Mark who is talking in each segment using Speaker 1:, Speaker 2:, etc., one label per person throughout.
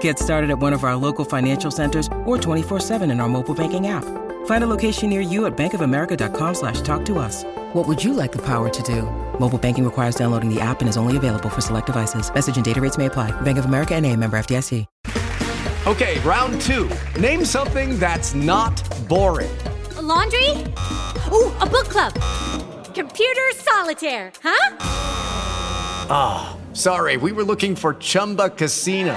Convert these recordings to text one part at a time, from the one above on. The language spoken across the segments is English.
Speaker 1: Get started at one of our local financial centers or 24-7 in our mobile banking app. Find a location near you at bankofamerica.com slash talk to us. What would you like the power to do? Mobile banking requires downloading the app and is only available for select devices. Message and data rates may apply. Bank of America and a member FDIC.
Speaker 2: Okay, round two. Name something that's not boring.
Speaker 3: laundry? Ooh, a book club. Computer solitaire, huh?
Speaker 2: Sorry, we were looking for Chumba Casino.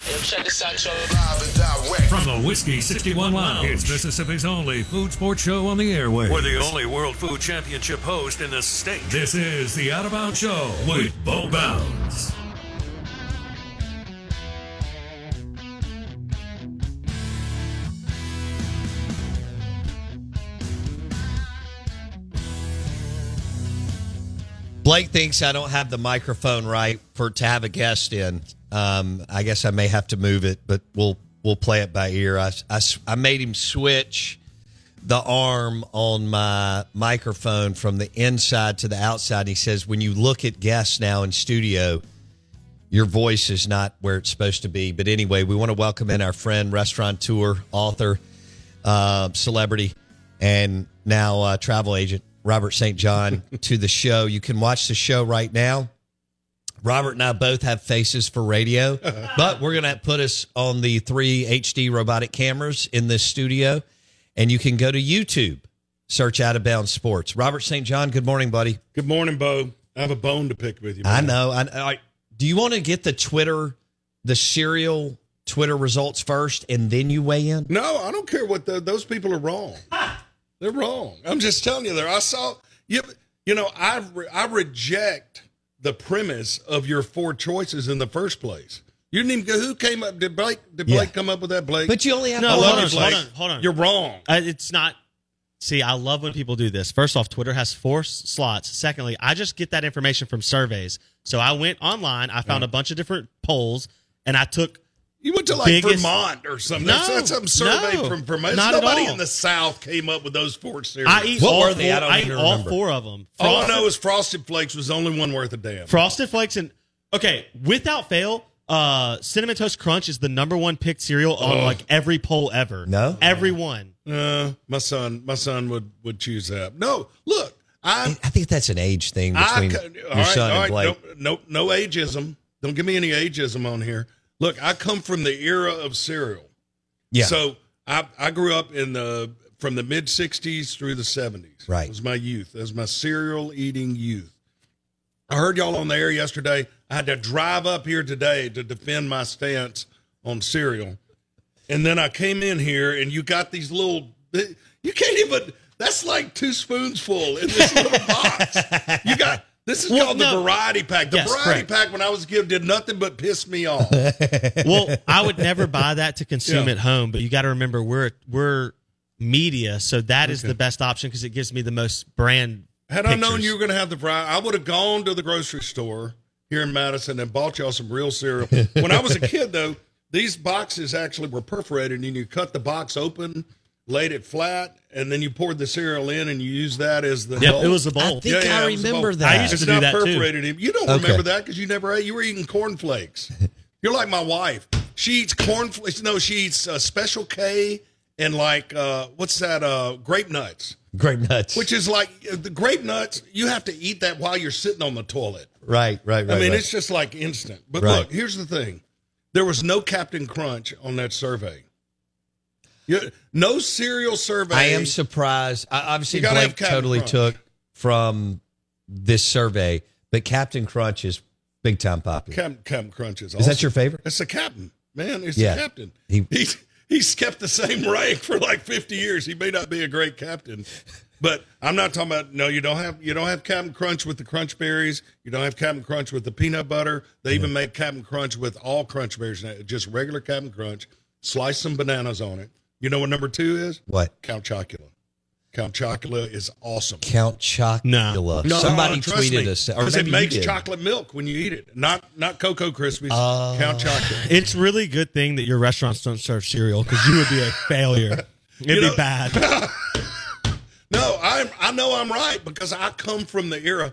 Speaker 4: Check this out, y'all.
Speaker 5: From the Whiskey 61 Lounge, it's Mississippi's only food sports show on the airway. We're the only World Food Championship host in the state. This is the Out of Bounds Show with Bo Bounds.
Speaker 6: Blake thinks I don't have the microphone right for to have a guest in. Um, I guess I may have to move it, but we'll we'll play it by ear. I, I s- I made him switch the arm on my microphone from the inside to the outside. And he says when you look at guests now in studio, your voice is not where it's supposed to be. But anyway, we want to welcome in our friend, restaurateur, author, uh, celebrity, and now uh, travel agent Robert St. John to the show. You can watch the show right now. Robert and I both have faces for radio, but we're going to put us on the three HD robotic cameras in this studio, and you can go to YouTube, search Out of Bounds Sports. Robert St. John, good morning, buddy.
Speaker 7: Good morning, Bo. I have a bone to pick with you.
Speaker 6: I
Speaker 7: man.
Speaker 6: know. I, I do you want to get the Twitter, the serial Twitter results first, and then you weigh in?
Speaker 7: No, I don't care what the, those people are wrong. They're wrong. I'm just telling you. There, I saw. You, you know, I re, I reject the premise of your four choices in the first place. You didn't even go. Who came up? Did Blake? Did Blake
Speaker 6: Yeah.
Speaker 7: come up with that? Blake?
Speaker 6: But you only have
Speaker 8: No,
Speaker 7: I
Speaker 6: to
Speaker 8: hold
Speaker 7: love
Speaker 8: on,
Speaker 7: you,
Speaker 8: hold
Speaker 7: Blake.
Speaker 8: on, hold on.
Speaker 7: You're wrong.
Speaker 8: Uh, it's not. See, I love when people do this. First off, Twitter has four s- slots. Secondly, I just get that information from surveys. So I went online, I found a bunch of different polls, and I took.
Speaker 7: You went to like
Speaker 8: Biggest-
Speaker 7: Vermont or something.
Speaker 8: No,
Speaker 7: that's, that's some survey
Speaker 8: no,
Speaker 7: from Vermont.
Speaker 8: not at
Speaker 7: Nobody
Speaker 8: all.
Speaker 7: in the South came up with those four series.
Speaker 8: I eat
Speaker 6: What
Speaker 8: all
Speaker 6: were they?
Speaker 8: Four,
Speaker 6: I don't
Speaker 8: eat
Speaker 6: even
Speaker 8: all
Speaker 6: remember.
Speaker 8: four of them.
Speaker 7: all I know is Frosted Flakes was the only one worth a damn.
Speaker 8: Frosted Flakes and okay, without fail, uh, Cinnamon Toast Crunch is the number one picked cereal on
Speaker 7: Ugh.
Speaker 8: like every poll ever.
Speaker 6: No?
Speaker 8: everyone.
Speaker 7: Uh, my son, my son would would choose that. No, look, I,
Speaker 6: I I think that's an age thing
Speaker 7: I,
Speaker 6: between
Speaker 7: co-
Speaker 6: your
Speaker 7: all right,
Speaker 6: son
Speaker 7: all
Speaker 6: and
Speaker 7: right,
Speaker 6: Blake.
Speaker 7: no, no, no ageism. Don't give me any ageism on here. Look, I come from the era of cereal.
Speaker 6: yeah.
Speaker 7: So I I grew up in the from the mid '60s through the '70s.
Speaker 6: Right.
Speaker 7: was my youth. That was my cereal eating youth. I heard y'all on the air yesterday. I had to drive up here today to defend my stance on cereal, and then I came in here and you got these little. You can't even. That's like two spoons full in this little box. You got. This is
Speaker 8: Well,
Speaker 7: called the
Speaker 8: no.
Speaker 7: variety pack. The
Speaker 8: Yes,
Speaker 7: variety
Speaker 8: correct.
Speaker 7: pack when I was a kid did nothing but piss me off.
Speaker 8: well, I would never buy that to consume
Speaker 7: Yeah.
Speaker 8: at home, but you got to remember we're we're media, so that is the best option because it gives me the most brand.
Speaker 7: Had I known
Speaker 8: pictures.
Speaker 7: you were going to have the variety, I would have gone to the grocery store here in Madison and bought y'all some real cereal. When I was a kid, though, these boxes actually were perforated, and you cut the box open, laid it flat, and then you poured the cereal in, and you used that as the.
Speaker 8: Yep,
Speaker 7: bowl.
Speaker 8: it was a bowl. I think I
Speaker 7: it was a
Speaker 8: remember
Speaker 7: bowl.
Speaker 8: that. I used to
Speaker 7: it's
Speaker 8: do
Speaker 7: not
Speaker 8: that, too.
Speaker 7: perforated. You don't
Speaker 8: Okay.
Speaker 7: remember that because you never ate. You were eating cornflakes. You're like my wife. She eats cornflakes. No, she eats uh, Special K and like uh, what's that? Uh, grape nuts.
Speaker 6: Grape nuts.
Speaker 7: Which is like uh, the grape nuts. You have to eat that while you're sitting on the toilet.
Speaker 6: Right, right, right.
Speaker 7: I mean,
Speaker 6: right.
Speaker 7: it's just like instant. But
Speaker 6: Right.
Speaker 7: look, here's the thing: there was no Captain Crunch on that survey. You- no cereal survey.
Speaker 6: I am surprised. I, obviously,
Speaker 7: You gotta have
Speaker 6: Blake
Speaker 7: Captain
Speaker 6: totally
Speaker 7: Crunch.
Speaker 6: took from this survey, but Captain Crunch is big time popular.
Speaker 7: Captain, Captain Crunch is.
Speaker 6: Is
Speaker 7: awesome.
Speaker 6: that your favorite?
Speaker 7: It's the captain, man. It's
Speaker 6: Yeah.
Speaker 7: the captain.
Speaker 6: He-
Speaker 7: he's he's kept the same rank for like 50 years. He may not be a great captain, but I'm not talking about. No, you don't have you don't have Captain Crunch with the Crunch Berries. You don't have Captain Crunch with the peanut butter. They even make Captain Crunch with all Crunch Berries now. Just regular Captain Crunch. Slice some bananas on it. You know what number two is?
Speaker 6: What?
Speaker 7: Count Chocula. Count Chocula is awesome. Uh,
Speaker 6: Count Chocula. Somebody
Speaker 7: trust
Speaker 6: tweeted
Speaker 7: me,
Speaker 6: us. or
Speaker 7: 'cause it
Speaker 6: maybe you
Speaker 7: makes
Speaker 6: did.
Speaker 7: chocolate milk when you eat it. Not not Cocoa Krispies.
Speaker 6: Uh,
Speaker 7: Count Chocula.
Speaker 8: It's really good thing that your restaurants don't serve cereal because you would be a failure. It'd
Speaker 7: You know-
Speaker 8: be bad.
Speaker 7: No, I I know I'm right because I come from the era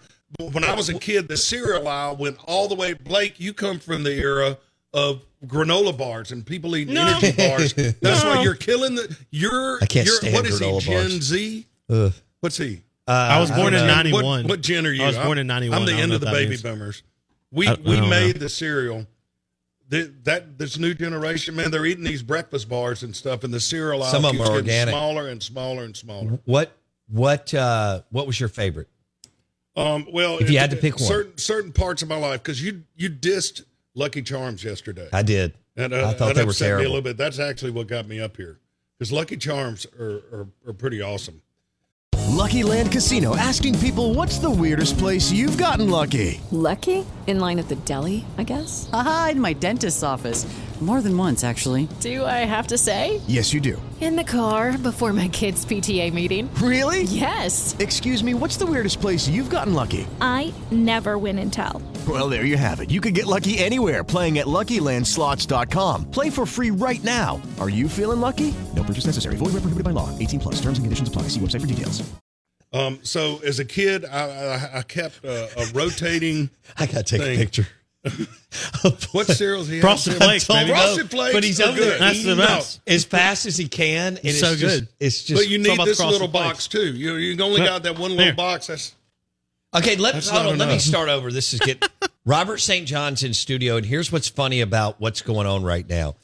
Speaker 7: when I was a kid. The cereal aisle went all the way. Blake, you come from the era of granola bars and people eating
Speaker 9: No.
Speaker 7: energy bars. That's
Speaker 9: No.
Speaker 7: why you're killing the. You're.
Speaker 6: I can't
Speaker 7: you're,
Speaker 6: stand
Speaker 7: what is he?
Speaker 6: granola bars.
Speaker 7: Gen Z.
Speaker 6: Ugh.
Speaker 7: What's he?
Speaker 6: Uh, I was I born don't in know.
Speaker 7: What-
Speaker 6: 91.
Speaker 7: What, gen are you?
Speaker 8: I was born in
Speaker 7: I'm-
Speaker 8: 91.
Speaker 7: I'm
Speaker 8: I
Speaker 7: the
Speaker 8: don't
Speaker 7: end
Speaker 8: know
Speaker 7: of the
Speaker 8: what that
Speaker 7: baby
Speaker 8: means.
Speaker 7: boomers. We
Speaker 8: I- I
Speaker 7: we
Speaker 8: don't
Speaker 7: made
Speaker 8: know.
Speaker 7: the cereal. Th- that this new generation, man, they're eating these breakfast bars and stuff, and the cereal aisle
Speaker 6: Some of them
Speaker 7: keeps
Speaker 6: are
Speaker 7: getting
Speaker 6: organic.
Speaker 7: smaller and smaller and smaller.
Speaker 6: What? What? Uh, what was your favorite?
Speaker 7: Um, well,
Speaker 6: If you
Speaker 7: it-
Speaker 6: had to pick one.
Speaker 7: certain certain parts of my life, because you you dissed Lucky Charms yesterday.
Speaker 6: I did.
Speaker 7: and uh,
Speaker 6: I thought
Speaker 7: that
Speaker 6: they were
Speaker 7: upset me
Speaker 6: terrible.
Speaker 7: a little bit. That's actually what got me up here, because Lucky Charms are, are are pretty awesome.
Speaker 10: Lucky Land Casino asking people what's the weirdest place you've gotten lucky?
Speaker 11: Lucky? In line at the deli, I guess? Aha, in my dentist's office.
Speaker 10: More than once, actually.
Speaker 11: Do I have to say?
Speaker 10: Yes, you do.
Speaker 11: In the car before my kids' PTA meeting.
Speaker 10: Really?
Speaker 11: Yes.
Speaker 10: Excuse me, what's the weirdest place you've gotten lucky?
Speaker 12: I never win and tell.
Speaker 10: Well, there you have it. You can get lucky anywhere playing at LuckyLandSlots.com. Play for free right now. Are you feeling lucky? No purchase necessary. Void where prohibited by law. 18 plus. Terms and conditions apply. See website for details.
Speaker 7: Um, so as a kid, I I, I kept uh, a rotating.
Speaker 6: I gotta take
Speaker 7: thing.
Speaker 6: a picture.
Speaker 7: What cereals he had?
Speaker 6: Frosted Flakes,
Speaker 7: I don't
Speaker 6: baby.
Speaker 7: Frosted
Speaker 6: No,
Speaker 7: Flakes,
Speaker 6: but he's
Speaker 7: are
Speaker 6: over there
Speaker 7: good.
Speaker 6: That's the
Speaker 7: No,
Speaker 6: best. As fast as he can, and it's
Speaker 8: so
Speaker 6: just-
Speaker 8: good.
Speaker 6: it's just.
Speaker 7: but you need this little box too. You you only
Speaker 6: Look,
Speaker 7: got that one
Speaker 6: there.
Speaker 7: little box. That's
Speaker 6: Okay, let
Speaker 7: That's
Speaker 6: hold
Speaker 7: not
Speaker 6: on, let me
Speaker 7: enough.
Speaker 6: start over. This is get Robert St. John's in studio, and here's what's funny about what's going on right now.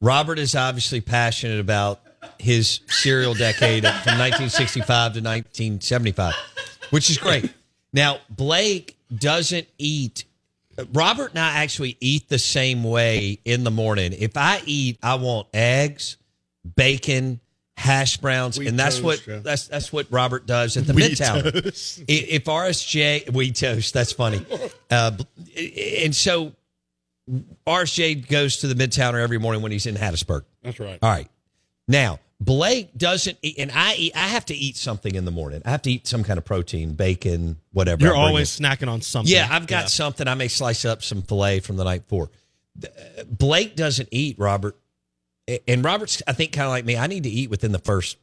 Speaker 6: Robert is obviously passionate about his serial decade from 1965 to 1975, which is great. Now Blake doesn't eat. Robert and I actually eat the same way in the morning. If I eat, I want eggs, bacon, hash browns,
Speaker 13: Wheat
Speaker 6: and that's
Speaker 13: toast,
Speaker 6: what
Speaker 13: yeah.
Speaker 6: that's that's what Robert does at the
Speaker 13: Wheat
Speaker 6: Midtown.
Speaker 13: toast.
Speaker 6: I- If RSJ we toast, that's funny. Uh, b- and so RSJ goes to the Midtowner every morning when he's in Hattiesburg.
Speaker 7: that's right.
Speaker 6: All right. Now, Blake doesn't eat, and I eat, I have to eat something in the morning. I have to eat some kind of protein, bacon, whatever.
Speaker 8: You're
Speaker 6: I bring
Speaker 8: always
Speaker 6: in.
Speaker 8: snacking on something.
Speaker 6: Yeah, I've got something. I may slice up some filet from the night before. Th- uh, Blake doesn't eat, Robert. A- And Robert's, I think, kind of like me. I need to eat within the first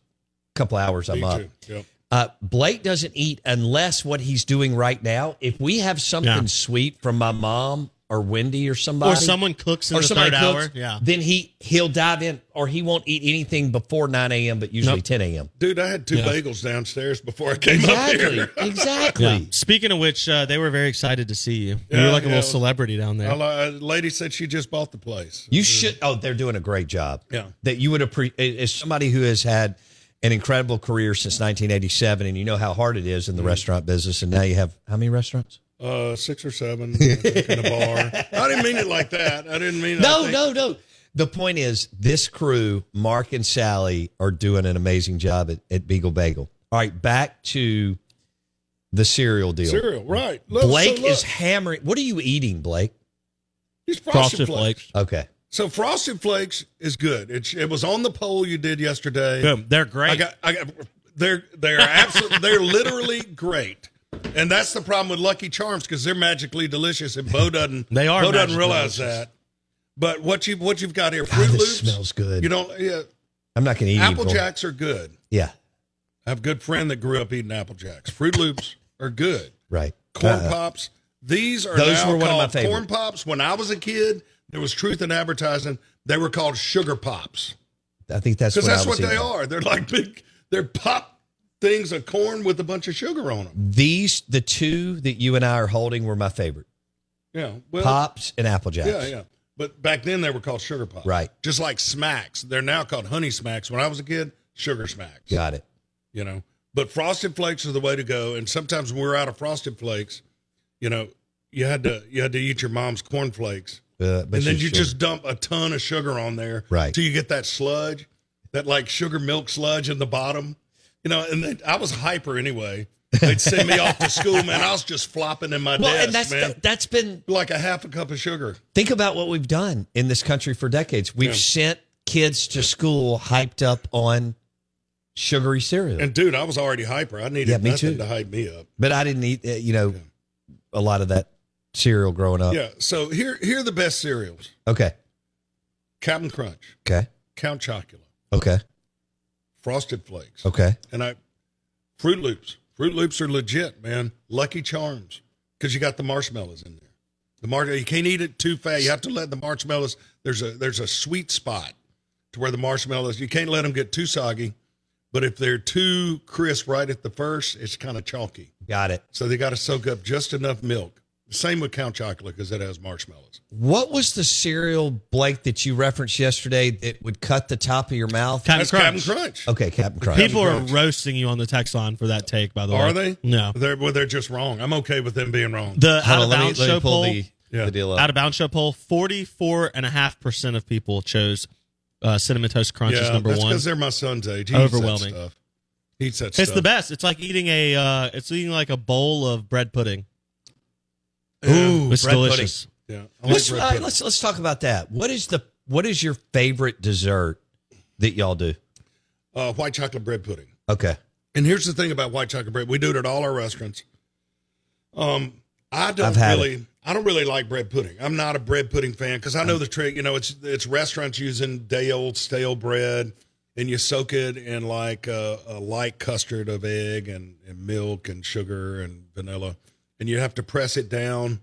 Speaker 6: couple hours I'm
Speaker 7: me
Speaker 6: up.
Speaker 7: too. Yep.
Speaker 6: Uh, Blake doesn't eat unless what he's doing right now. If we have something
Speaker 8: Yeah.
Speaker 6: sweet from my mom or Wendy or somebody,
Speaker 8: Or someone cooks in the
Speaker 6: somebody
Speaker 8: third hour, yeah.
Speaker 6: then he he'll dive in, or he won't eat anything before nine a.m. But usually ten a.m.
Speaker 7: Dude, I had two
Speaker 6: Yeah.
Speaker 7: bagels downstairs before I came up here.
Speaker 6: exactly.
Speaker 8: Yeah. Speaking of which, uh, they were very excited to see you. you
Speaker 7: Yeah,
Speaker 8: were like a
Speaker 7: yeah.
Speaker 8: little celebrity down there.
Speaker 7: A la- a lady said she just bought the place.
Speaker 6: You should. Oh, they're doing a great job.
Speaker 7: Mm. Yeah.
Speaker 6: That you would appreciate as somebody who has had an incredible career since 1987, and you know how hard it is in the
Speaker 7: Mm.
Speaker 6: restaurant business, and now you have how many restaurants?
Speaker 7: Uh, six or seven I think, in a bar. I didn't mean it like that. I didn't mean. I
Speaker 6: no,
Speaker 7: think-
Speaker 6: no, no. The point is, this crew, Mark and Sally, are doing an amazing job at, at Beagle Bagel. All right, back to the cereal deal.
Speaker 7: Cereal, right. Look, so
Speaker 6: Blake
Speaker 7: look,
Speaker 6: is hammering. What are you eating, Blake?
Speaker 7: these frosted, flakes.
Speaker 6: Okay.
Speaker 7: So frosted flakes is good. It, it was on the poll you did yesterday.
Speaker 8: Boom. They're great.
Speaker 7: I got, I got, they're they're absolutely they're literally great. And that's the problem with Lucky Charms because they're magically delicious, and Bo doesn't.
Speaker 6: They are
Speaker 7: Bo doesn't
Speaker 6: magically
Speaker 7: realize
Speaker 6: delicious.
Speaker 7: that. But what you what you've got here, Fruit
Speaker 6: this
Speaker 7: Loops
Speaker 6: smells good.
Speaker 7: You know, yeah,
Speaker 6: I'm not going to eat
Speaker 7: Apple
Speaker 6: anymore.
Speaker 7: Jacks are good.
Speaker 6: Yeah,
Speaker 7: I have a good friend that grew up eating Apple Jacks. Fruit Loops are good.
Speaker 6: right.
Speaker 7: Corn
Speaker 6: Uh-uh.
Speaker 7: Pops. These are
Speaker 6: Those
Speaker 7: now
Speaker 6: were one of my
Speaker 7: called Corn
Speaker 6: favorite.
Speaker 7: Pops. When I was a kid, there was truth in advertising. They were called Sugar Pops
Speaker 6: I think that's
Speaker 7: because
Speaker 6: what I
Speaker 7: that's
Speaker 6: was
Speaker 7: what they
Speaker 6: eating.
Speaker 7: are. They're like big. They're pop things of corn with a bunch of sugar on them.
Speaker 6: These the two that you and I are holding were my favorite.
Speaker 7: Yeah. Well,
Speaker 6: Pops and Apple Jacks.
Speaker 7: Yeah, yeah. But back then they were called sugar pops.
Speaker 6: Right.
Speaker 7: Just like smacks. They're now called honey smacks. When I was a kid, sugar smacks,
Speaker 6: Got it.
Speaker 7: you know. But frosted flakes are the way to go. And sometimes when we we're out of frosted flakes, you know, you had to you had to eat your mom's cornflakes.
Speaker 6: Uh,
Speaker 7: And
Speaker 6: but
Speaker 7: then
Speaker 6: she's
Speaker 7: you
Speaker 6: sure.
Speaker 7: just dump a ton of sugar on there.
Speaker 6: Right.
Speaker 7: Till you get that sludge, that like sugar milk sludge in the bottom. You know, and then I was hyper anyway. They'd send me off to school, man. I was just flopping in my
Speaker 6: Well,
Speaker 7: desk,
Speaker 6: and that's-
Speaker 7: man.
Speaker 6: that's been
Speaker 7: like a half a cup of sugar.
Speaker 6: Think about what we've done in this country for decades. We've
Speaker 7: Yeah.
Speaker 6: sent kids to school hyped up on sugary cereal.
Speaker 7: And dude, I was already hyper. I needed
Speaker 6: Yeah, me
Speaker 7: nothing
Speaker 6: too.
Speaker 7: to hype me up.
Speaker 6: but I didn't eat, uh, you know, a lot of that cereal growing up.
Speaker 7: yeah. So here, here are the best cereals:
Speaker 6: Okay.
Speaker 7: Captain Crunch,
Speaker 6: Okay.
Speaker 7: Count Chocula,
Speaker 6: Okay.
Speaker 7: Frosted Flakes,
Speaker 6: Okay.
Speaker 7: and I Fruit Loops. Fruit Loops are legit, man. Lucky Charms, because you got the marshmallows in there. The mar- you can't eat it too fat. You have to let the marshmallows. There's a there's a sweet spot to where the marshmallows. You can't let them get too soggy, but if they're too crisp right at the first, it's kind of chalky.
Speaker 6: Got it.
Speaker 7: So they got to soak up just enough milk. Same with Count Chocula because it has marshmallows.
Speaker 6: What was the cereal, Blake, that you referenced yesterday that would cut the top of your mouth?
Speaker 8: Captain That's Crunch. Captain
Speaker 7: Crunch.
Speaker 6: Okay, Captain Crunch.
Speaker 8: People are
Speaker 7: Crunch.
Speaker 8: roasting you on the text line for that take. By the way,
Speaker 7: Are they?
Speaker 8: No.
Speaker 7: They're well, they're just wrong. I'm okay with them being wrong.
Speaker 8: The out of bounds show poll.
Speaker 7: Yeah.
Speaker 8: Out of bounds show poll. Forty-four and a half percent of people chose uh, cinnamon toast crunch as
Speaker 7: Yeah,
Speaker 8: number
Speaker 7: that's
Speaker 8: one.
Speaker 7: because they're my son's age. He
Speaker 8: Overwhelming.
Speaker 7: Eats that stuff. He eats that
Speaker 8: It's
Speaker 7: stuff.
Speaker 8: the best. It's like eating a. Uh, it's eating like a bowl of bread pudding.
Speaker 6: Ooh,
Speaker 8: it's
Speaker 6: bread
Speaker 8: delicious.
Speaker 7: pudding. Yeah, I like
Speaker 6: Let's,
Speaker 7: bread
Speaker 6: all right,
Speaker 7: pudding.
Speaker 6: Uh, let's let's talk about that. What is the what is your favorite dessert that y'all do?
Speaker 7: Uh, white chocolate bread pudding.
Speaker 6: Okay.
Speaker 7: And here's the thing about white chocolate bread. We do it at all our restaurants. Um, I don't
Speaker 6: I've had
Speaker 7: really, I don't really like bread pudding. I'm not a bread pudding fan because I know the trick. You know, it's it's restaurants using day old stale bread, and you soak it in like a, a light custard of egg and, and milk and sugar and vanilla, and you have to press it down.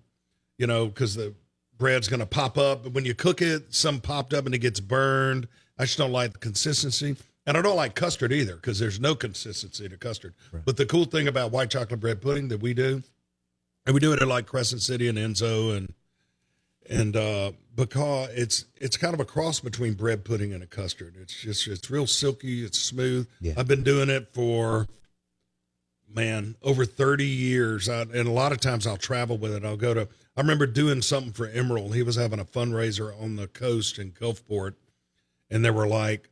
Speaker 7: You know, because the bread's going to pop up. But when you cook it, some popped up and it gets burned. I just don't like the consistency. And I don't like custard either because there's no consistency to custard. But the cool thing about white chocolate bread pudding that we do, and we do it at like Crescent City and Enzo and and uh because it's it's kind of a cross between bread pudding and a custard. It's just it's real silky, it's smooth.
Speaker 6: Yeah.
Speaker 7: I've been doing it for man over 30 years I, and a lot of times i'll travel with it i'll go to i remember doing something for emerald he was having a fundraiser on the coast in gulfport and there were like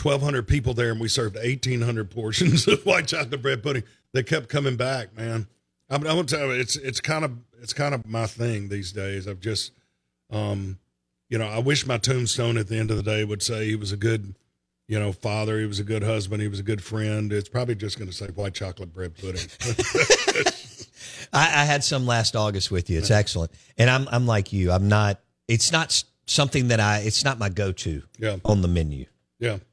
Speaker 7: 1200 people there and we served 1800 portions of white chocolate bread pudding they kept coming back man i'm, I'm gonna tell you it's it's kind of it's kind of my thing these days i've just um you know i wish my tombstone at the end of the day would say he was a good you know father he was a good husband he was a good friend it's probably just going to say white chocolate bread pudding
Speaker 6: I, I had some last August with you. It's excellent, and I'm I'm like you. I'm not. It's not s- something that I. It's not my go-to.
Speaker 7: Yeah.
Speaker 6: On the menu.
Speaker 7: Yeah.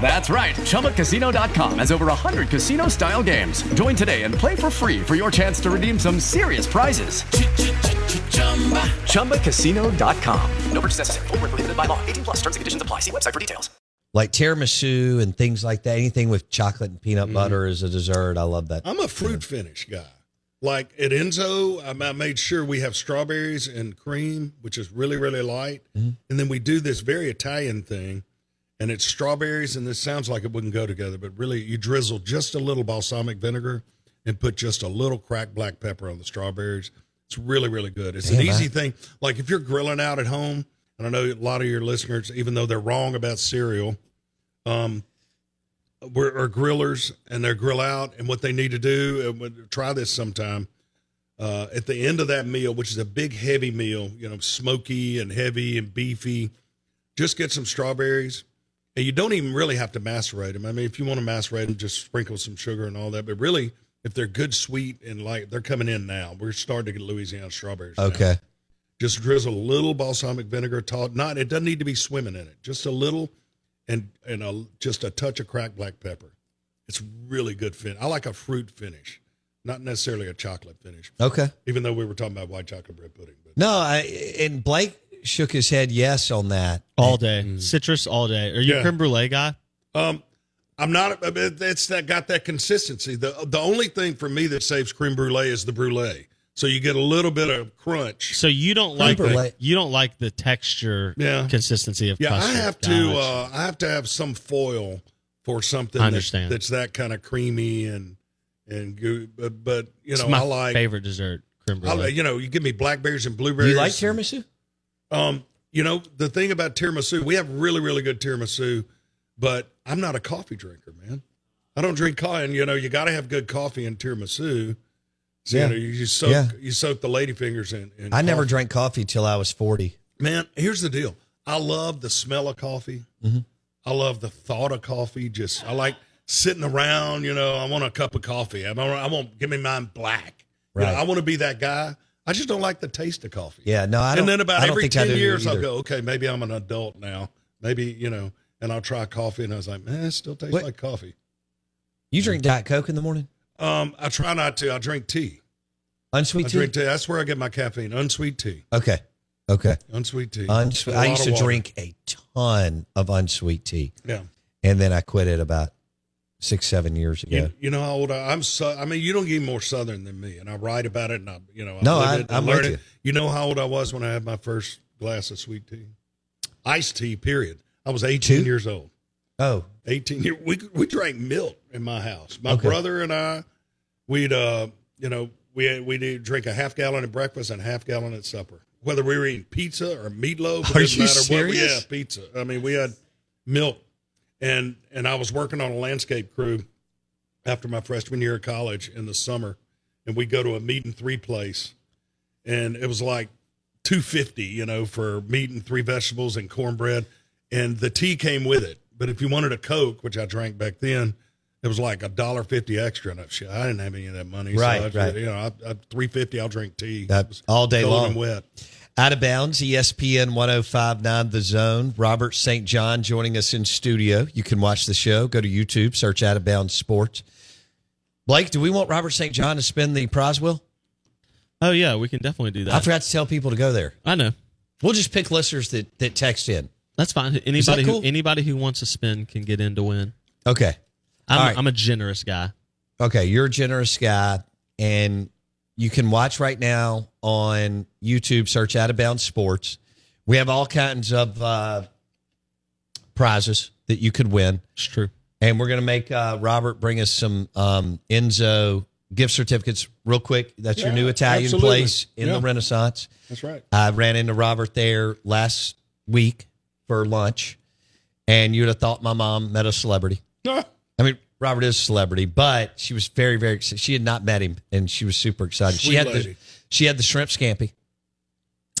Speaker 2: That's right. ChumbaCasino.com has over 100 casino style games. Join today and play for free for your chance to redeem some serious prizes.
Speaker 14: ChumbaCasino.com.
Speaker 13: No purchase necessary. Void where prohibited by law. 18 plus terms and conditions apply. See website for details.
Speaker 6: Like tiramisu and things like that. Anything with chocolate and peanut
Speaker 7: Mm-hmm.
Speaker 6: butter as a dessert. I love that.
Speaker 7: I'm a fruit finish guy. Like at Enzo, I I made sure we have strawberries and cream, which is really, really light. And then we do this very Italian thing, and it's strawberries, and this sounds like it wouldn't go together, but really, you drizzle just a little balsamic vinegar and put just a little cracked black pepper on the strawberries. It's really, really good. It's an
Speaker 15: Damn, I-
Speaker 7: easy thing. Like if you're grilling out at home, and I know a lot of your listeners, even though they're wrong about cereal, um, we're, are grillers and they grill out and what they need to do and we- try this sometime uh, at the end of that meal which is a big heavy meal you know smoky and heavy and beefy just get some strawberries and you don't even really have to macerate them i mean if you want to macerate them just sprinkle some sugar and all that but really if they're good sweet and like they're coming in now we're starting to get louisiana strawberries now.
Speaker 6: Okay.
Speaker 7: just drizzle a little balsamic vinegar top not it doesn't need to be swimming in it just a little and and a, just a touch of cracked black pepper. It's really good fin. I like a fruit finish, not necessarily a chocolate finish.
Speaker 6: Okay.
Speaker 7: Even though we were talking about white chocolate bread pudding.
Speaker 6: No, I and Blake shook his head yes on that.
Speaker 8: All day. Citrus all day. Are you a
Speaker 7: Yeah.
Speaker 8: creme brulee guy?
Speaker 7: Um, I'm not. uh, It's that got that consistency. the The only thing for me that saves creme brulee is the brulee. So you get a little bit of crunch.
Speaker 8: So you don't
Speaker 7: Creme
Speaker 8: like the,
Speaker 7: brulee.
Speaker 8: you don't like the texture
Speaker 7: Yeah.
Speaker 8: consistency of
Speaker 7: Yeah, I
Speaker 8: custard
Speaker 7: have
Speaker 8: that
Speaker 7: to.
Speaker 8: much.
Speaker 7: Uh, I have to have some foil for something.
Speaker 8: I
Speaker 7: that-
Speaker 8: understand.
Speaker 7: that's that kind of creamy and and goo, but, but you
Speaker 8: It's
Speaker 7: know
Speaker 8: my
Speaker 7: I like
Speaker 8: favorite dessert, creme
Speaker 7: I
Speaker 8: brulee.
Speaker 7: like- you know, you give me blackberries and blueberries.
Speaker 8: You like
Speaker 6: tiramisu?
Speaker 7: Um, you know, the thing about tiramisu, we have really, really good tiramisu, but I'm not a coffee drinker, man. I don't drink coffee, and you know, you got to have good coffee in tiramisu. So,
Speaker 6: Yeah.
Speaker 7: You know, you, you soak
Speaker 6: Yeah.
Speaker 7: you soak the ladyfingers in. in
Speaker 6: I never
Speaker 7: coffee.
Speaker 6: drank coffee till I was forty.
Speaker 7: Man, here's the deal. I love the smell of coffee.
Speaker 6: Mhm.
Speaker 7: I love the thought of coffee. Just I like sitting around. You know, I want a cup of coffee. I, I want give me mine black. You know,
Speaker 6: Right.
Speaker 7: I want to be that guy. I just don't like the taste of coffee.
Speaker 6: Yeah, no, I don't.
Speaker 7: and then about
Speaker 6: I don't
Speaker 7: every
Speaker 6: think I
Speaker 7: ten
Speaker 6: do
Speaker 7: years, I'll
Speaker 6: either.
Speaker 7: go, okay, maybe I'm an adult now. Maybe you know, and I'll try coffee, and I was like, man, it still tastes
Speaker 6: What-
Speaker 7: like coffee.
Speaker 6: You drink Diet Coke in the morning?
Speaker 7: Um, I try not to. I drink tea.
Speaker 6: Unsweet
Speaker 7: I
Speaker 6: tea?
Speaker 7: drink tea. That's where I get my caffeine. Unsweet tea.
Speaker 6: Okay. Okay.
Speaker 7: Unsweet tea.
Speaker 6: Unswe-
Speaker 7: A
Speaker 6: I
Speaker 7: lot
Speaker 6: used
Speaker 7: of
Speaker 6: to
Speaker 7: water.
Speaker 6: drink a ton of unsweet tea.
Speaker 7: Yeah.
Speaker 6: And then I quit it about six, seven years ago.
Speaker 7: You, you know how old I, I'm. So, I mean, you don't get more southern than me, and I write about it, and I, you know, I
Speaker 6: No,
Speaker 7: live
Speaker 6: I-
Speaker 7: it,
Speaker 6: I'm
Speaker 7: learn
Speaker 6: with
Speaker 7: it.
Speaker 6: you.
Speaker 7: know how old I was when I had my first glass of sweet tea, iced tea. Period. I was 18 years old.
Speaker 6: Oh.
Speaker 7: 18 year. We we drank milk in my house. My
Speaker 6: Okay.
Speaker 7: brother and I, we'd uh, you know, we we did drink a half gallon at breakfast and a half gallon at supper. Whether we were eating pizza or meatloaf, it
Speaker 6: Are
Speaker 7: didn't
Speaker 6: you
Speaker 7: matter what we
Speaker 6: serious?
Speaker 7: had pizza. I mean, we had milk, and and I was working on a landscape crew after my freshman year of college in the summer, and we go to a meat and three place, and it was like two fifty, you know, for meat and three vegetables and cornbread, and the tea came with it. But if you wanted a Coke, which I drank back then, it was like a dollar fifty extra, and I, shit, I didn't have any of that money.
Speaker 6: Right,
Speaker 7: so I, was-
Speaker 6: right.
Speaker 7: You know, I, I, three fifty, I'll drink tea
Speaker 6: That- all day
Speaker 7: cold
Speaker 6: long.
Speaker 7: and wet.
Speaker 6: Out of bounds, E ESPN 1059 The Zone. Robert St. John joining us in studio. You can watch the show. Go to YouTube, search Out of Bounds Sports. Blake, do we want Robert St. John to spin the prize wheel?
Speaker 8: Oh yeah, we can definitely do that.
Speaker 6: I forgot to tell people to go there.
Speaker 8: I know.
Speaker 6: We'll just pick listeners that, that text in.
Speaker 8: That's fine.
Speaker 6: Is that
Speaker 8: Anybody
Speaker 6: cool?
Speaker 8: who anybody who wants to spin can get in to win.
Speaker 6: Okay.
Speaker 8: I'm,
Speaker 6: All right.
Speaker 8: I'm a generous guy.
Speaker 6: Okay, you're a generous guy, and you can watch right now on YouTube. Search Out of Bounds Sports. We have all kinds of uh, prizes that you could win.
Speaker 8: It's true.
Speaker 6: And we're gonna make uh, Robert bring us some um, Enzo gift certificates real quick. That's your
Speaker 7: Yeah,
Speaker 6: new Italian
Speaker 7: absolutely.
Speaker 6: place in
Speaker 7: Yeah.
Speaker 6: the Renaissance.
Speaker 7: That's right.
Speaker 6: I ran into Robert there last week for lunch, and you'd have thought my mom met a celebrity. I mean, Robert is a celebrity, but she was very, very excited. She had not met him, and she was super excited. she
Speaker 7: Sweet
Speaker 6: had the
Speaker 7: lady.
Speaker 6: she had the shrimp scampi,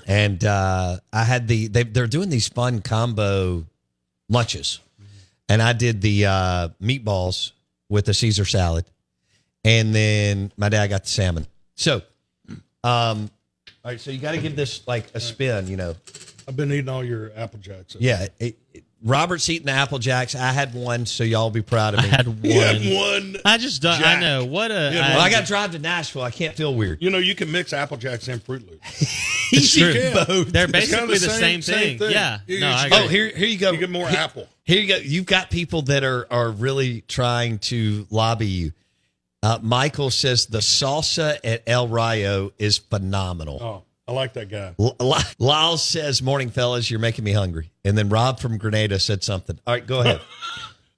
Speaker 6: and uh, I had the they, they're doing these fun combo lunches, and I did the uh, meatballs with the Caesar salad, and then my dad got the salmon. So, um, all right, so you got to give this like a spin, you know.
Speaker 7: I've been eating all your apple jacks.
Speaker 6: Yeah, it, it, Robert's eating the apple jacks. I had one, so y'all be proud of me. I had one.
Speaker 7: You had one.
Speaker 8: I just don't. I
Speaker 6: Jack.
Speaker 8: know what a.
Speaker 6: Yeah, well, I gotta drive to Nashville. I can't feel weird.
Speaker 7: You know, you can mix apple jacks and Fruit Loops.
Speaker 8: It's true.
Speaker 7: You can.
Speaker 8: Both. They're
Speaker 7: It's kinda
Speaker 8: basically the same thing. Yeah.
Speaker 7: You-
Speaker 8: No,
Speaker 7: you
Speaker 8: I
Speaker 7: should-
Speaker 8: agree.
Speaker 6: Oh, here, here you go. You get
Speaker 7: more apple.
Speaker 6: Here you go. You've got people that are are really trying to lobby you. Uh, Michael says the salsa at El Rio is phenomenal.
Speaker 7: Oh, I like that guy.
Speaker 6: L- L- Lyle says, "Morning, fellas, you're making me hungry." And then Rob from Grenada said something. All right, go ahead.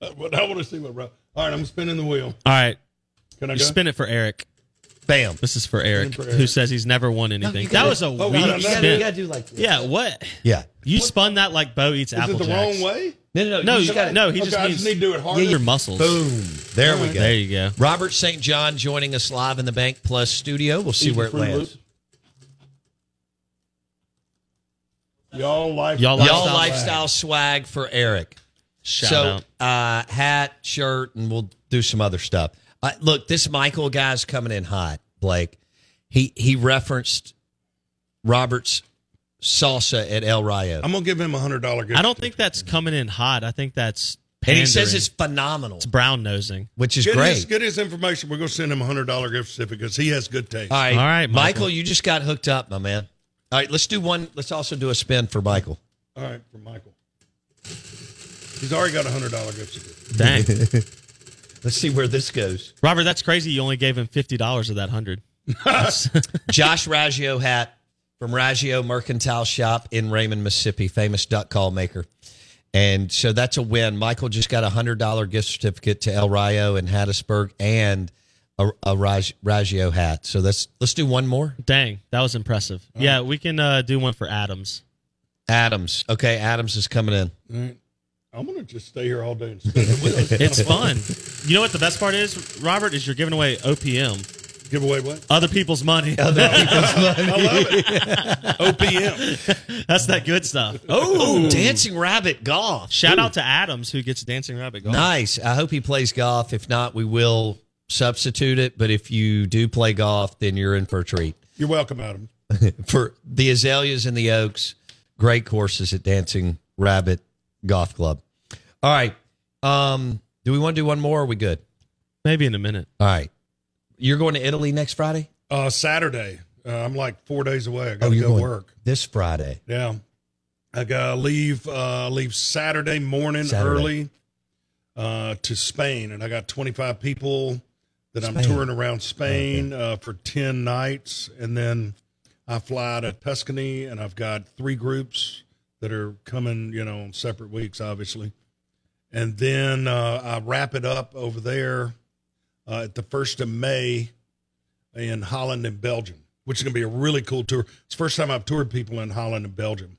Speaker 7: Uh, But I want to see what. Rob- All right, I'm spinning the wheel.
Speaker 8: All right.
Speaker 7: Can I
Speaker 8: you
Speaker 7: go?
Speaker 8: spin it for Eric.
Speaker 6: Bam.
Speaker 8: This is for Eric,
Speaker 7: for
Speaker 8: who
Speaker 7: Eric.
Speaker 8: says he's never won anything. that was a
Speaker 7: Oh,
Speaker 8: weak
Speaker 7: no, no, no.
Speaker 8: spin.
Speaker 7: You gotta
Speaker 6: do like this.
Speaker 8: Yeah, what?
Speaker 6: Yeah.
Speaker 8: You spun that like Bo eats
Speaker 7: Is
Speaker 8: apple
Speaker 7: it the
Speaker 8: jacks.
Speaker 7: wrong way?
Speaker 6: No, no,
Speaker 8: No,
Speaker 6: you
Speaker 8: you
Speaker 6: just gotta-
Speaker 8: no, he
Speaker 7: Okay,
Speaker 8: just
Speaker 7: I
Speaker 8: needs
Speaker 7: just need to do it harder.
Speaker 8: Yeah, your muscles.
Speaker 6: Boom. There we go.
Speaker 8: There you go.
Speaker 6: Robert St. John joining us live in the Bank Plus studio. We'll see
Speaker 7: Eating
Speaker 6: where it
Speaker 7: Froot
Speaker 6: lands.
Speaker 7: Loops. Y'all life.
Speaker 6: Y'all lifestyle, swag for Eric.
Speaker 8: Shout
Speaker 6: so Uh, hat, shirt, and we'll do some other stuff. Uh, look, this Michael guy's coming in hot. Blake, he he referenced Robert's salsa at El Rio,
Speaker 7: I'm gonna give him a hundred dollar gift.
Speaker 8: I don't think that's coming in hot. I think that's
Speaker 6: and
Speaker 8: pandering.
Speaker 6: he says it's phenomenal,
Speaker 8: it's brown nosing.
Speaker 6: which is
Speaker 7: get
Speaker 6: great.
Speaker 7: His, get his information. We're gonna send him a hundred dollar gift certificate because he has good taste.
Speaker 6: All right,
Speaker 8: All right,
Speaker 6: Michael.
Speaker 8: Michael.
Speaker 6: you just got hooked up, my man. All right, let's do one. Let's also do a spin for Michael.
Speaker 7: All right, for Michael. He's already got a hundred dollar gift certificate.
Speaker 8: Dang.
Speaker 6: Let's see where this goes.
Speaker 8: Robert, that's crazy. You only gave him fifty dollars of that hundred.
Speaker 6: Josh Raggio hat from Raggio Mercantile Shop in Raymond, Mississippi, famous duck call maker. And so that's a win. Michael just got a hundred dollar gift certificate to El Rio in Hattiesburg and a, a Rag- Raggio hat. So that's let's do one more.
Speaker 8: Dang, that was impressive. Yeah, we can uh, do one for Adams.
Speaker 6: Adams, okay, Adams is coming in.
Speaker 7: All right. I'm gonna just stay here all day and spend it with us.
Speaker 8: It's fun. You know what the best part is, Robert, is you're giving away OPM,
Speaker 7: Give away what?
Speaker 8: other people's money.
Speaker 7: I love it. OPM.
Speaker 8: That's that good stuff.
Speaker 6: Oh, dancing rabbit golf.
Speaker 8: Shout out to Adams who gets dancing rabbit golf.
Speaker 6: Nice. I hope he plays golf. If not, we will substitute it. But if you do play golf, then you're in for a treat.
Speaker 7: You're welcome, Adam.
Speaker 6: for the azaleas and the oaks. Great courses at Dancing Rabbit Golf Club. All right. Um, do we want to do one more? Or are we good?
Speaker 8: Maybe in a minute.
Speaker 6: All right. You're going to Italy next Friday?
Speaker 7: Uh, Saturday. Uh, I'm like four days away. I gotta
Speaker 6: Oh, you're
Speaker 7: go
Speaker 6: going
Speaker 7: work.
Speaker 6: this Friday.
Speaker 7: Yeah. I gotta leave uh leave Saturday morning
Speaker 6: Saturday.
Speaker 7: early uh to Spain and I got twenty five people that I'm
Speaker 6: Spain. Oh,
Speaker 7: touring around Spain uh for ten nights and then I fly to Tuscany and I've got three groups that are coming, you know, on separate weeks obviously. And then uh I wrap it up over there uh, at the first of May in Holland and Belgium, which is going to be a really cool tour. It's the first time I've toured people in Holland and Belgium.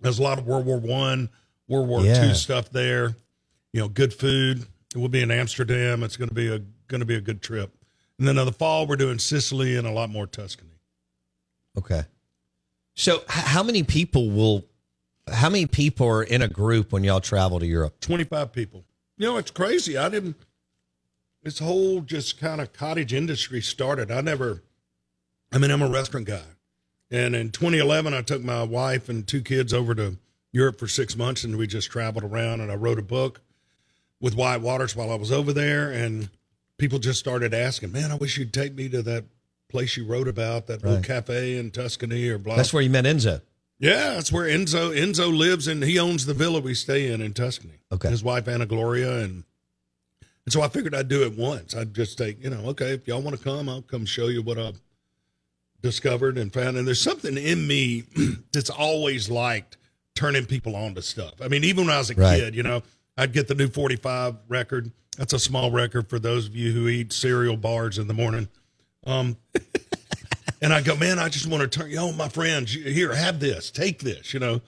Speaker 7: There's a lot of World War One, World War
Speaker 6: Yeah.
Speaker 7: Two stuff there. You know, good food. We'll be in Amsterdam. It's going to be a going to be a good trip. And then in the fall, we're doing Sicily and a lot more Tuscany.
Speaker 6: Okay. So, h- how many people will, how many people are in a group when y'all travel to Europe?
Speaker 7: Twenty five people. You know, it's crazy. I didn't. This whole just kind of cottage industry started. I never. I mean, I'm a restaurant guy. And in 2011, I took my wife and two kids over to Europe for six months, and we just traveled around. And I wrote a book with White Waters while I was over there, and people just started asking, "Man, I wish you'd take me to that place you wrote about, that little
Speaker 6: Right.
Speaker 7: cafe in Tuscany or blah."
Speaker 6: That's where you met Enzo.
Speaker 7: yeah, that's where Enzo Enzo lives, and he owns the villa we stay in in Tuscany.
Speaker 6: Okay.
Speaker 7: his wife Anna Gloria, and and so I figured I'd do it once. I'd just take, you know, okay, if y'all want to come, I'll come show you what I've discovered and found. And there's something in me that's always liked turning people on to stuff. I mean, even when I was a
Speaker 6: Right.
Speaker 7: kid, you know, I'd get the new 45 record. That's a small record for those of you who eat cereal bars in the morning. Um, and I go, man, I just want to turn you on, my friends. You- Here, have this, take this, you know.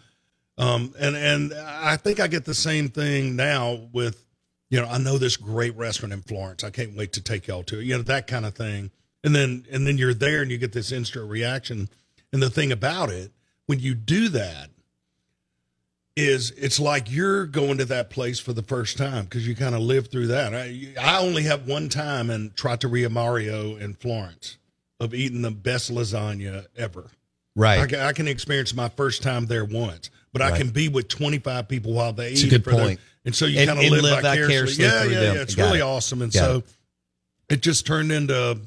Speaker 7: Um, and and I think I get the same thing now with, you know, I know this great restaurant in Florence. I can't wait to take y'all to it. You know that kind of thing. And then and then you're there and you get this instant reaction. And the thing about it, when you do that, is it's like you're going to that place for the first time because you kind of live through that. I, I only have one time in Trattoria Mario in Florence of eating the best lasagna ever.
Speaker 6: Right.
Speaker 7: I, ca- I can experience my first time there once, but I
Speaker 6: Right.
Speaker 7: can be with 25 people while they
Speaker 6: It's a
Speaker 7: eat.
Speaker 6: good
Speaker 7: for them.
Speaker 6: point.
Speaker 7: And so you
Speaker 6: And-
Speaker 7: kind of
Speaker 6: and
Speaker 7: live,
Speaker 6: live
Speaker 7: vicariously.
Speaker 6: vicariously
Speaker 7: Yeah,
Speaker 6: through
Speaker 7: yeah,
Speaker 6: them.
Speaker 7: yeah. It's
Speaker 6: Got
Speaker 7: really
Speaker 6: it.
Speaker 7: awesome. And
Speaker 6: Got
Speaker 7: so it just turned into,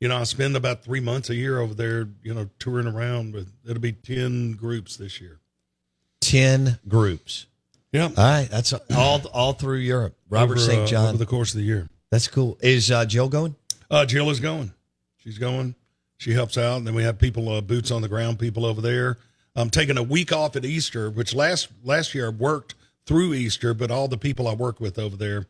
Speaker 7: you know, I spend about three months a year over there, you know, touring around with, it'll be 10 groups this year.
Speaker 6: 10 groups.
Speaker 7: Yeah.
Speaker 6: All right. That's all all through Europe. Robert
Speaker 7: Over, uh,
Speaker 6: St. John.
Speaker 7: over the course of the year.
Speaker 6: That's cool. Is uh, Jill going?
Speaker 7: Uh, Jill is going. She's going. She helps out. And then we have people, uh, boots on the ground people over there. I'm taking a week off at Easter, which last last year I worked through Easter, but all the people I work with over there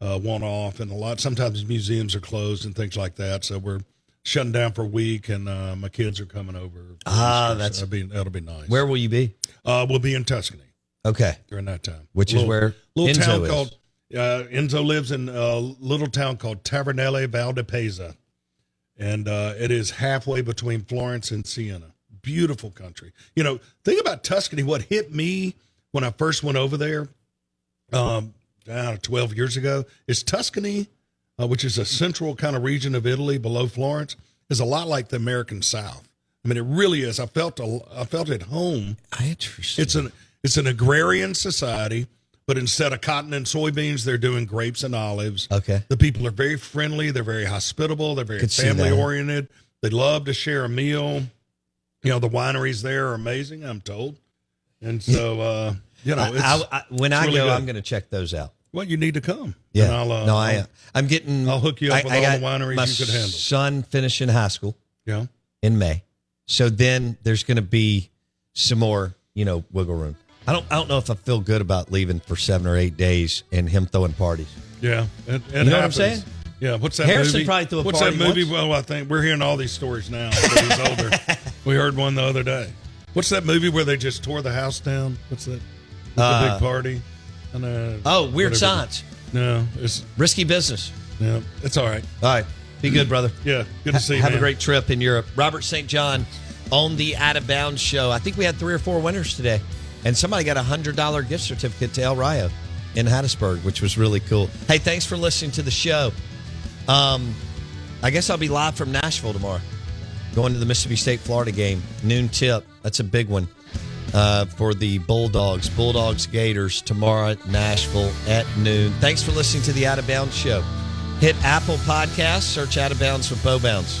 Speaker 7: uh, want off, and a lot. Sometimes museums are closed and things like that, so we're shutting down for a week. And uh, my kids are coming over. for
Speaker 6: Ah,
Speaker 7: Easter, so
Speaker 6: that's-
Speaker 7: that'll be, that'll be nice.
Speaker 6: Where will you be?
Speaker 7: Uh, we'll be in Tuscany
Speaker 6: Okay.
Speaker 7: during that time.
Speaker 6: Which is
Speaker 7: Little-
Speaker 6: where
Speaker 7: little
Speaker 6: Enzo
Speaker 7: town
Speaker 6: is.
Speaker 7: called uh, Enzo lives in a little town called Tavernelle Valdepesa, and uh, it is halfway between Florence and Siena. Beautiful country. You know, think about Tuscany. What hit me when I first went over there, um, I don't know, twelve years ago, is Tuscany, uh, which is a central kind of region of Italy below Florence, is a lot like the American South. I mean, it really is. I felt a, I felt at home.
Speaker 6: Interesting.
Speaker 7: It's an it's an agrarian society, but instead of cotton and soybeans, they're doing grapes and olives.
Speaker 6: Okay.
Speaker 7: The people are very friendly. They're very hospitable. They're very
Speaker 6: Could see that.
Speaker 7: family oriented. They love to share a meal. You know, the wineries there are amazing. I'm told, and so uh, you know,
Speaker 6: I-
Speaker 7: it's,
Speaker 6: I- I- when
Speaker 7: it's
Speaker 6: I
Speaker 7: really
Speaker 6: go,
Speaker 7: good.
Speaker 6: I'm going to check those out.
Speaker 7: Well, you need to come.
Speaker 6: Yeah.
Speaker 7: And I'll, uh,
Speaker 6: no, I,
Speaker 7: I'll-
Speaker 6: I'm getting.
Speaker 7: I'll hook you up with all the wineries
Speaker 6: my
Speaker 7: you could handle.
Speaker 6: Son finishing high school.
Speaker 7: Yeah.
Speaker 6: In May, so then there's going to be some more, you know, wiggle room. I don't. I don't know if I feel good about leaving for seven or eight days and him throwing parties.
Speaker 7: Yeah, it, it
Speaker 6: You know what I'm
Speaker 7: happens.
Speaker 6: saying?
Speaker 7: Yeah, what's that
Speaker 6: Harrison
Speaker 7: movie?
Speaker 6: probably threw a
Speaker 7: what's
Speaker 6: party
Speaker 7: that movie?
Speaker 6: once.
Speaker 7: Well, I think we're hearing all these stories now. But he's older. We heard one the other day. What's that movie where they just tore the house down? What's that? The
Speaker 6: Uh,
Speaker 7: big party. And, uh,
Speaker 6: Oh, weird
Speaker 7: whatever.
Speaker 6: science.
Speaker 7: No, it's
Speaker 6: risky business.
Speaker 7: Yeah, it's all right.
Speaker 6: All right, be good, brother.
Speaker 7: Yeah, good to see you,
Speaker 6: Have a
Speaker 7: man.
Speaker 6: great trip in Europe. Robert St. John on the Out of Bounds show. I think we had three or four winners today, and somebody got a hundred dollar gift certificate to El Rio in Hattiesburg, which was really cool. Hey, thanks for listening to the show. Um, I guess I'll be live from Nashville tomorrow, going to the Mississippi State Florida game noon tip. That's a big one uh, for the Bulldogs. Bulldogs Gators tomorrow at Nashville at noon. Thanks for listening to the Out of Bounds show. Hit Apple Podcasts, search Out of Bounds with Bow Bounds.